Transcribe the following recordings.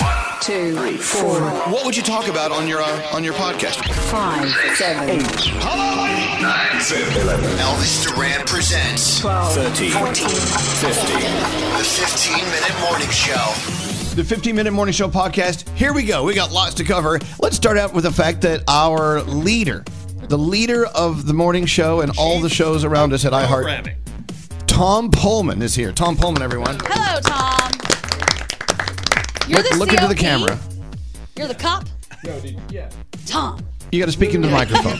One, two, three, four. What would you talk about on your uh, on your podcast? Five, six, seven, eight. Hello, eight, nine, seven, eleven. Elvis Duran presents 12, 13, 14, 15. The 15 minute morning show. The 15 minute morning show podcast. Here we go. We got lots to cover. Let's start out with the fact that our leader, the leader of the morning show and all the shows around us at iHeart, Tom Pullman is here. Tom Pullman, everyone. Hello, Tom. You're look, look into the camera. You're the cop. No, dude, yeah. Tom. You got to speak into the microphone.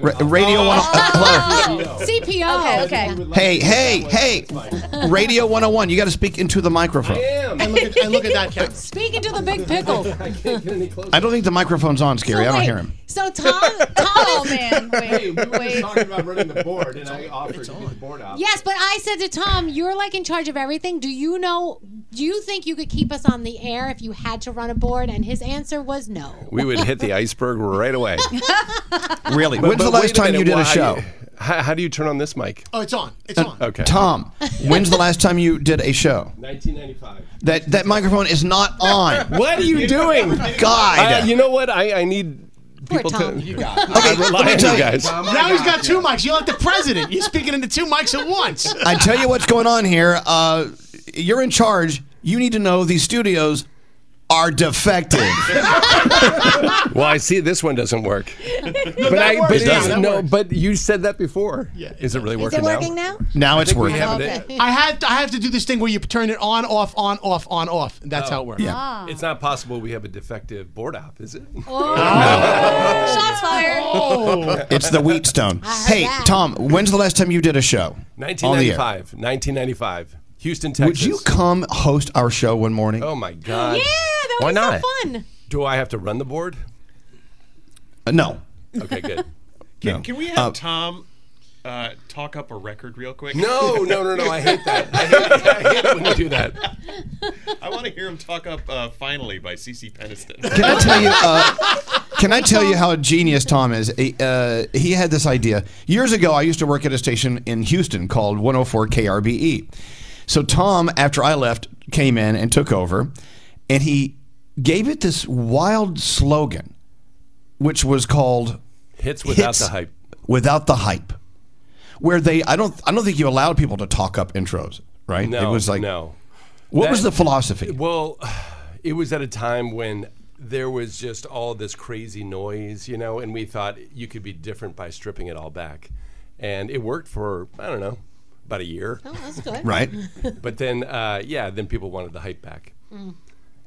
Ra- radio oh. 101. Oh. CPO. Okay, okay. Hey, hey, hey. radio 101. You got to speak into the microphone. I am. I look at, I look at that camera. Speak into the big pickle. I can't get any closer. I don't think the microphone's on, Scary. So I don't hear him. So, Tom, Tom oh, man. Wait, hey, we were wait. talking about running the board, and I offered to get the board out. Yes, but I said to Tom, you're like in charge of everything. Do you know, do you think you could keep us on the air if you had to run a board? And his answer was no. We would hit the iceberg right away. really? But, When's but the last time minute, you did why, a show? How, how, do you turn on this mic? Oh, it's on. It's on. Okay. Tom, when's the last time you did a show? 1995. That that microphone is not on. what are you doing? God. Uh, you know what? I, I need Poor people Tom. To, you got it. Okay, let me tell you guys. Well, now he's got two mics. You're like the president. You're speaking into two mics at once. I tell you what's going on here. Uh, you're in charge. You need to know these studios are defective. well, I see this one doesn't work. No, but I but it, no, works. but you said that before. Yeah, is it really working? Is it working now? Now, now it's working. Oh, okay. I have to, I have to do this thing where you turn it on, off, on, off, on, off. That's oh. how it works. Yeah. Ah. It's not possible we have a defective board app, is it? Oh. No. Shots fired. Oh. It's the Wheatstone. Hey, that. Tom, when's the last time you did a show? 1995. 1995. Houston, Texas. Would you come host our show one morning? Oh my god! Yeah, that Uh, Why was not? so fun. Do I have to run the board? Uh, no. Okay, good. can, no. can, we have uh, Tom uh, talk up a record real quick? No, no, no, no. I hate that. I hate, I hate when you do that. I want to hear him talk up "Finally" by CC Peniston. Can I tell you? uh, Can I tell you how genius Tom is? Uh, he had this idea years ago. I used to work at a station in Houston called 104 KRBE. E. So Tom, after I left, came in and took over, and he gave it this wild slogan, which was called "Hits without hits the hype." Without the hype, where they I don't I don't think you allowed people to talk up intros, right? No, it was like no. What that, was the philosophy? Well, it was at a time when there was just all this crazy noise, you know, and we thought you could be different by stripping it all back, and it worked for I don't know about a year. Oh, that's good. right. but then, uh, yeah, then people wanted the hype back. Mm.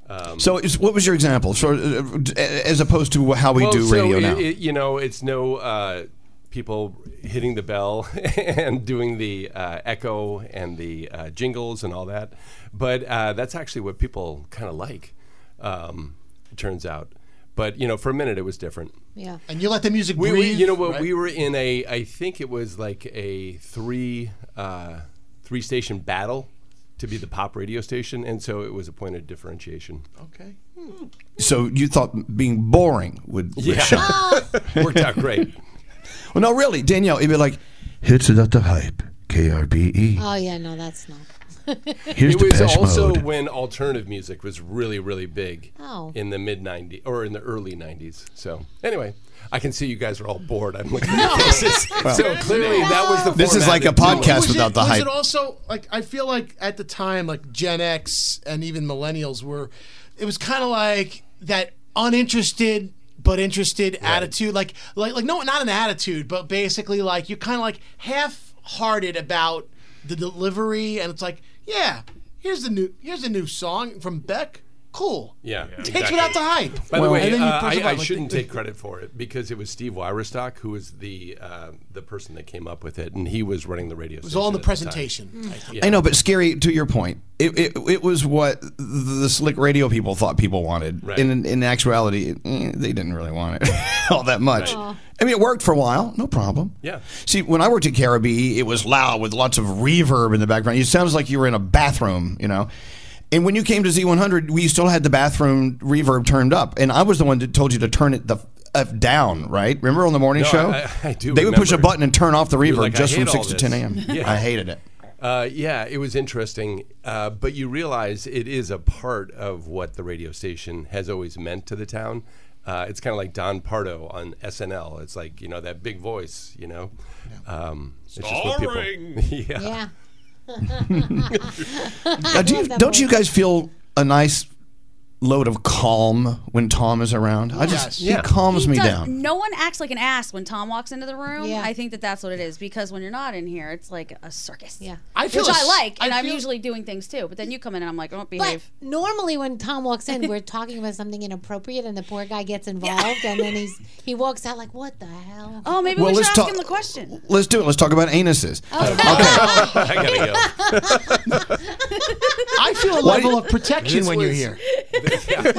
Um, so, what was your example? So, uh, as opposed to how we well, do radio so now, it, you know, it's no uh, people hitting the bell and doing the uh, echo and the uh, jingles and all that. But uh, that's actually what people kind of like. Um, it turns out. But you know, for a minute, it was different. Yeah. And you let the music we, we- breathe. you know what? right? We were in a. I think it was like a three uh, three station battle to be the pop radio station, and so it was a point of differentiation. Okay. So you thought being boring would, would Yeah. shine. Worked out great. Well, no, really, Danielle, it'd be like, hits about the hype, KRBE. Oh yeah, no, that's not. Here's it was Depeche also Mode. when alternative music was really, really big Oh. in the mid 90s or in the early 90s. So, anyway, I can see you guys are all bored. I'm looking at your faces. Well, so, clearly, that was the This is format like a that did it. podcast without the was hype. it also like I feel like at the time like Gen X and even millennials were it was kind of like that uninterested but interested attitude like like like no not an attitude but basically like you're kind of like half hearted about the delivery and it's like yeah here's the new here's a new song from Beck cool Yeah. Takes without the hype. By Well- the way, And then you uh, push I, it I out like shouldn't the- take credit for it because it was Steve Weirestock who was the uh, the person that came up with it, and he was running the radio. it was all in the station at presentation I time. think. Mm. Yeah. I know, but scary to your point. It, it, it was what the slick radio people thought people wanted. Right. And in, in actuality, eh, they didn't really want it all that much. Right. Aw. I mean, it worked for a while, no problem. Yeah. See, when I worked at Caribbean, it was loud with lots of reverb in the background. It sounds like you were in a bathroom, you know. And when you came to Z100, we still had the bathroom reverb turned up, and I was the one that told you to turn it the f uh, down. Right? Remember on the morning No, show? I- I- I do They would push a remember. button and turn off the You were reverb like, "I just from hate six all to this." ten a.m. Yeah. I hated it. Uh, yeah, it was interesting, uh, but you realize it is a part of what the radio station has always meant to the town. Uh, it's kind of like Don Pardo on SNL. It's like you know that big voice, you know. Um, it's just what people- Starring. yeah. Now, do you, Love that don't you voice. guys feel a nice load of calm when Tom is around? I just he Yeah. calms He me does- down. No one acts like an ass when Tom walks into the room. Yeah. I think that that's what it is because when you're not in here, it's like a circus. Yeah, I feel which a I s- like, and I I'm feel- usually doing things too. But then you come in and I'm like, I don't But behave. normally, when Tom walks in, we're talking about something inappropriate, and the poor guy gets involved, and then he's he walks out like, "What the hell?" Oh, maybe Well, we should let's ask talk- him the question. Let's do it. Let's talk about anuses. I gotta go. I feel a Why do level you- of protection This when you're was- here No, wait,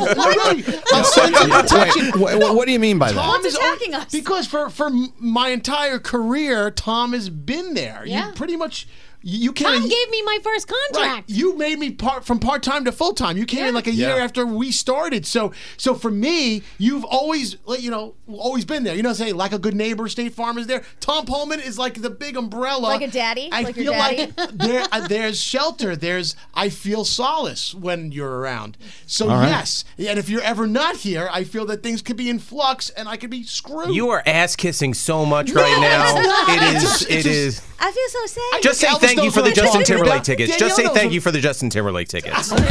wha- wha- what do you mean by that? Tom is attacking us because for for my entire career, Tom has been there. Yeah. You pretty much you, you Tom came. in- gave me my first Right. contract. You made me part from part time to full time. You came in like a year Yeah. after we started. So so for me, you've always like, you know always been there. You know, say like a good neighbor, State Farm is there. Tom Pullman is like the big umbrella, Like a daddy? I Like your feel daddy? like there uh, there's shelter. There's I feel solace when you're around. So All right. yes, and if you're ever not here, I feel that things could be in flux and I could be screwed. You are ass kissing so much right No, now. it's not. It's It is. just- it's It is. I feel so sad. Just say thank you for the Justin Timberlake tickets. Just say thank you for the Justin Timberlake tickets. I mean,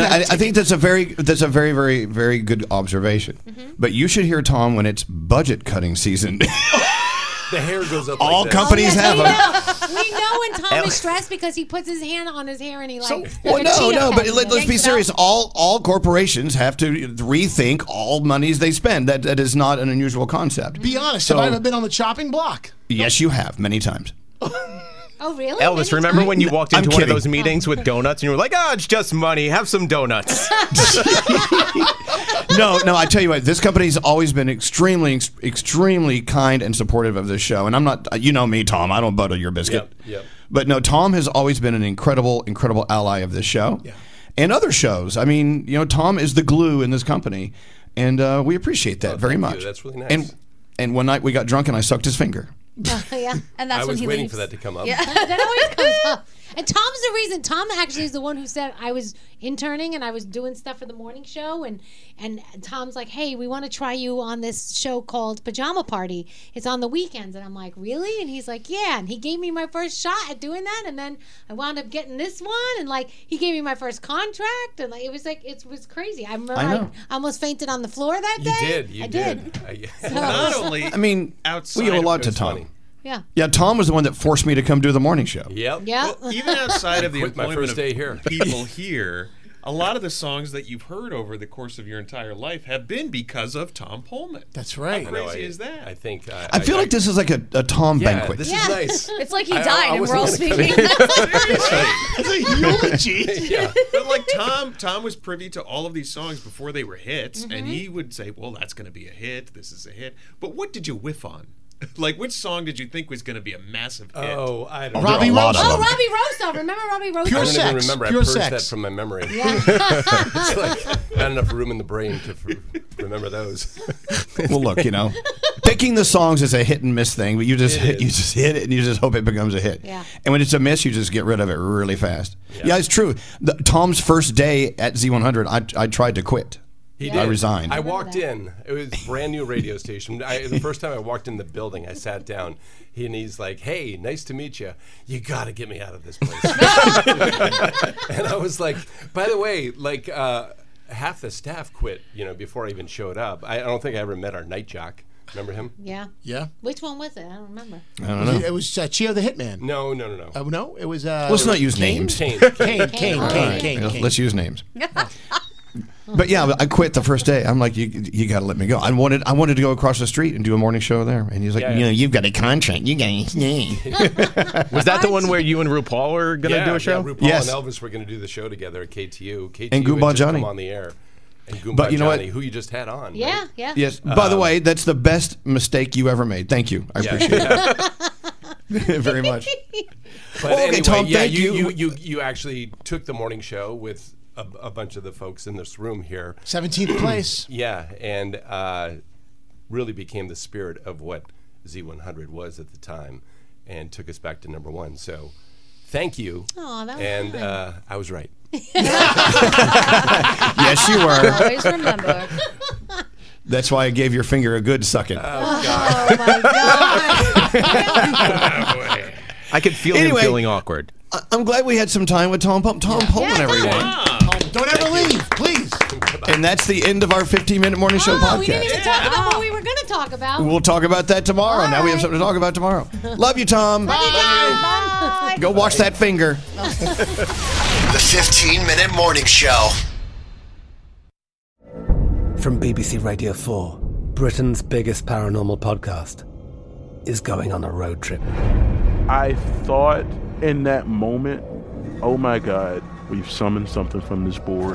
I, I think that's a very that's a very very very good observation. But you should hear Tom when it's budget cutting season. The hair goes up. All like that. companies have Oh, we them. know. we know when Tom At- is stressed because he puts his hand on his hair and he like. Well, like a no, cheetah no, but pen, let, yanks us be it out. serious. All all corporations have to rethink all monies they spend. That that is not an unusual concept. Be honest, So, have I ever been on the chopping block? yes, you have many times. Oh really? Elvis, remember when you walked I'm into one of kidding. those meetings with donuts and you were like, "Ah, it's just money. Have some donuts." no, no, I tell you what, this company's always been extremely, ex- extremely kind and supportive of this show. And I'm not, you know me, Tom, I don't butter your biscuit. Yep, yep. But no, Tom has always been an incredible, incredible ally of this show and other shows. I mean, you know, Tom is the glue in this company. And uh, we appreciate that very much. Oh, That's really nice. And, and one night we got drunk and I sucked his finger. yeah. And I was waiting for that to come up. that always comes up. And Tom's the reason. Tom actually is the one who said I was interning and I was doing stuff for the morning show, and and Tom's like, "Hey, we want to try you on this show called Pajama Party. It's on the weekends." And I'm like, "Really?" And he's like, "Yeah." And he gave me my first shot at doing that, and then I wound up getting this one, and like he gave me my first contract, and like it was like it was crazy. I remember I I, know. I almost fainted on the floor that You day. did. You I did. I- Not only I mean, outside we owe a of- lot it to was Tom. funny. Yeah. Yeah, Tom was the one that forced me to come do the morning show. Yep. Yeah. Well, even outside of the Quit my employment first day here. of people here, a lot of the songs that you've heard over the course of your entire life have been because of Tom Pullman. That's right. How I know, crazy I- is that? I think. I, I feel like this is like a, a Tom Yeah, banquet. this is nice. It's like he I- I died and we're wasn't all gonna come speaking. It's a eulogy. yeah. But like Tom, Tom was privy to all of these songs before they were hits, and he would say, "Well, that's going to be a hit. This is a hit." But what did you whiff on? like, which song did you think was going to be a massive hit? Oh, I don't Robbie know. Ro- Oh, lot of them. Robbie Rosso. Remember Robbie Rosso? I don't even remember. I purged that from my memory. it's like not enough room in the brain to f- remember those. well, look, you know, picking the songs is a hit and miss thing, but you just hit, you just hit it and you just hope it becomes a hit. Yeah. And when it's a miss, you just get rid of it really fast. Yeah, it's true. The, Tom's first day at Z100, I, I tried to quit. He I did. resigned. I walked in. It was a brand new radio station. I, the first time I walked in the building, I sat down. He and he's like, "Hey, nice to meet you. You got to get me out of this place." and I was like, "By the way, like uh, half the staff quit. You know, before I even showed up. I, I don't think I ever met our night jock. Remember him? Yeah. Yeah. Which one was it? I don't remember. I don't know. It was uh, Chio the Hitman. No, no, no, no. Uh, no, it was. Uh, Let's not use names. Kane, Kane. Kane, Kane, All Kane, right. Kane, Kane. Let's use names. But yeah, I quit the first day. I'm like, you, you got to let me go. I wanted, I wanted to go across the street and do a morning show there, and he's like, Yeah. you know, you've got a contract. You got. Was that the one where you and RuPaul are going to yeah, do a show? Yeah, RuPaul Yes. and Elvis were going to do the show together at KTU. KTU And had Goomba just Johnny. come on the air. And Goomba But you know what? Johnny, who you just had on. Yeah, yeah. Yes. By the way, that's the best mistake you ever made. Thank you. I appreciate it very much. But Okay, anyway, Tom, yeah, thank you, you. you you you actually took the morning show with a, a bunch of the folks in this room here. 17th place. Yeah, and uh, really became the spirit of what Z100 was at the time, and took us back to number one. So, thank you. Aw, that was and fun. uh, I was right. yes, you were. Always remember. That's why I gave your finger a good sucking. Oh my I could feel Anyway. him feeling awkward. I- I'm glad we had some time with Tom Pump, Tom Pullman, everyone. Don't ever leave, please. And that's the end of our 15 minute morning show Oh, we didn't podcast. even talk about what we were going to talk about. We'll talk about that tomorrow. Now we have something to talk about tomorrow. Love you, Tom. Bye. Go wash that finger. The 15 Minute Morning Show. From BBC Radio 4, Britain's biggest paranormal podcast is going on a road trip. I thought in that moment, oh my God, we've summoned something from this board.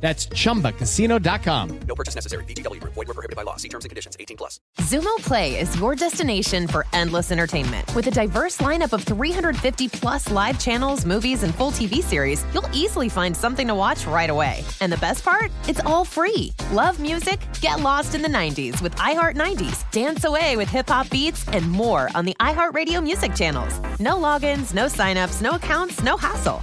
That's chumbacasino.com. No purchase necessary. VGW Group. Void were prohibited by law. See terms and conditions. 18 plus. Zumo Play is your destination for endless entertainment. With a diverse lineup of 350 plus live channels, movies, and full TV series, you'll easily find something to watch right away. And the best part? It's all free. Love music? Get lost in the 90s with iHeart 90s, dance away with hip hop beats, and more on the iHeartRadio music channels. No logins, no signups, no accounts, no hassle.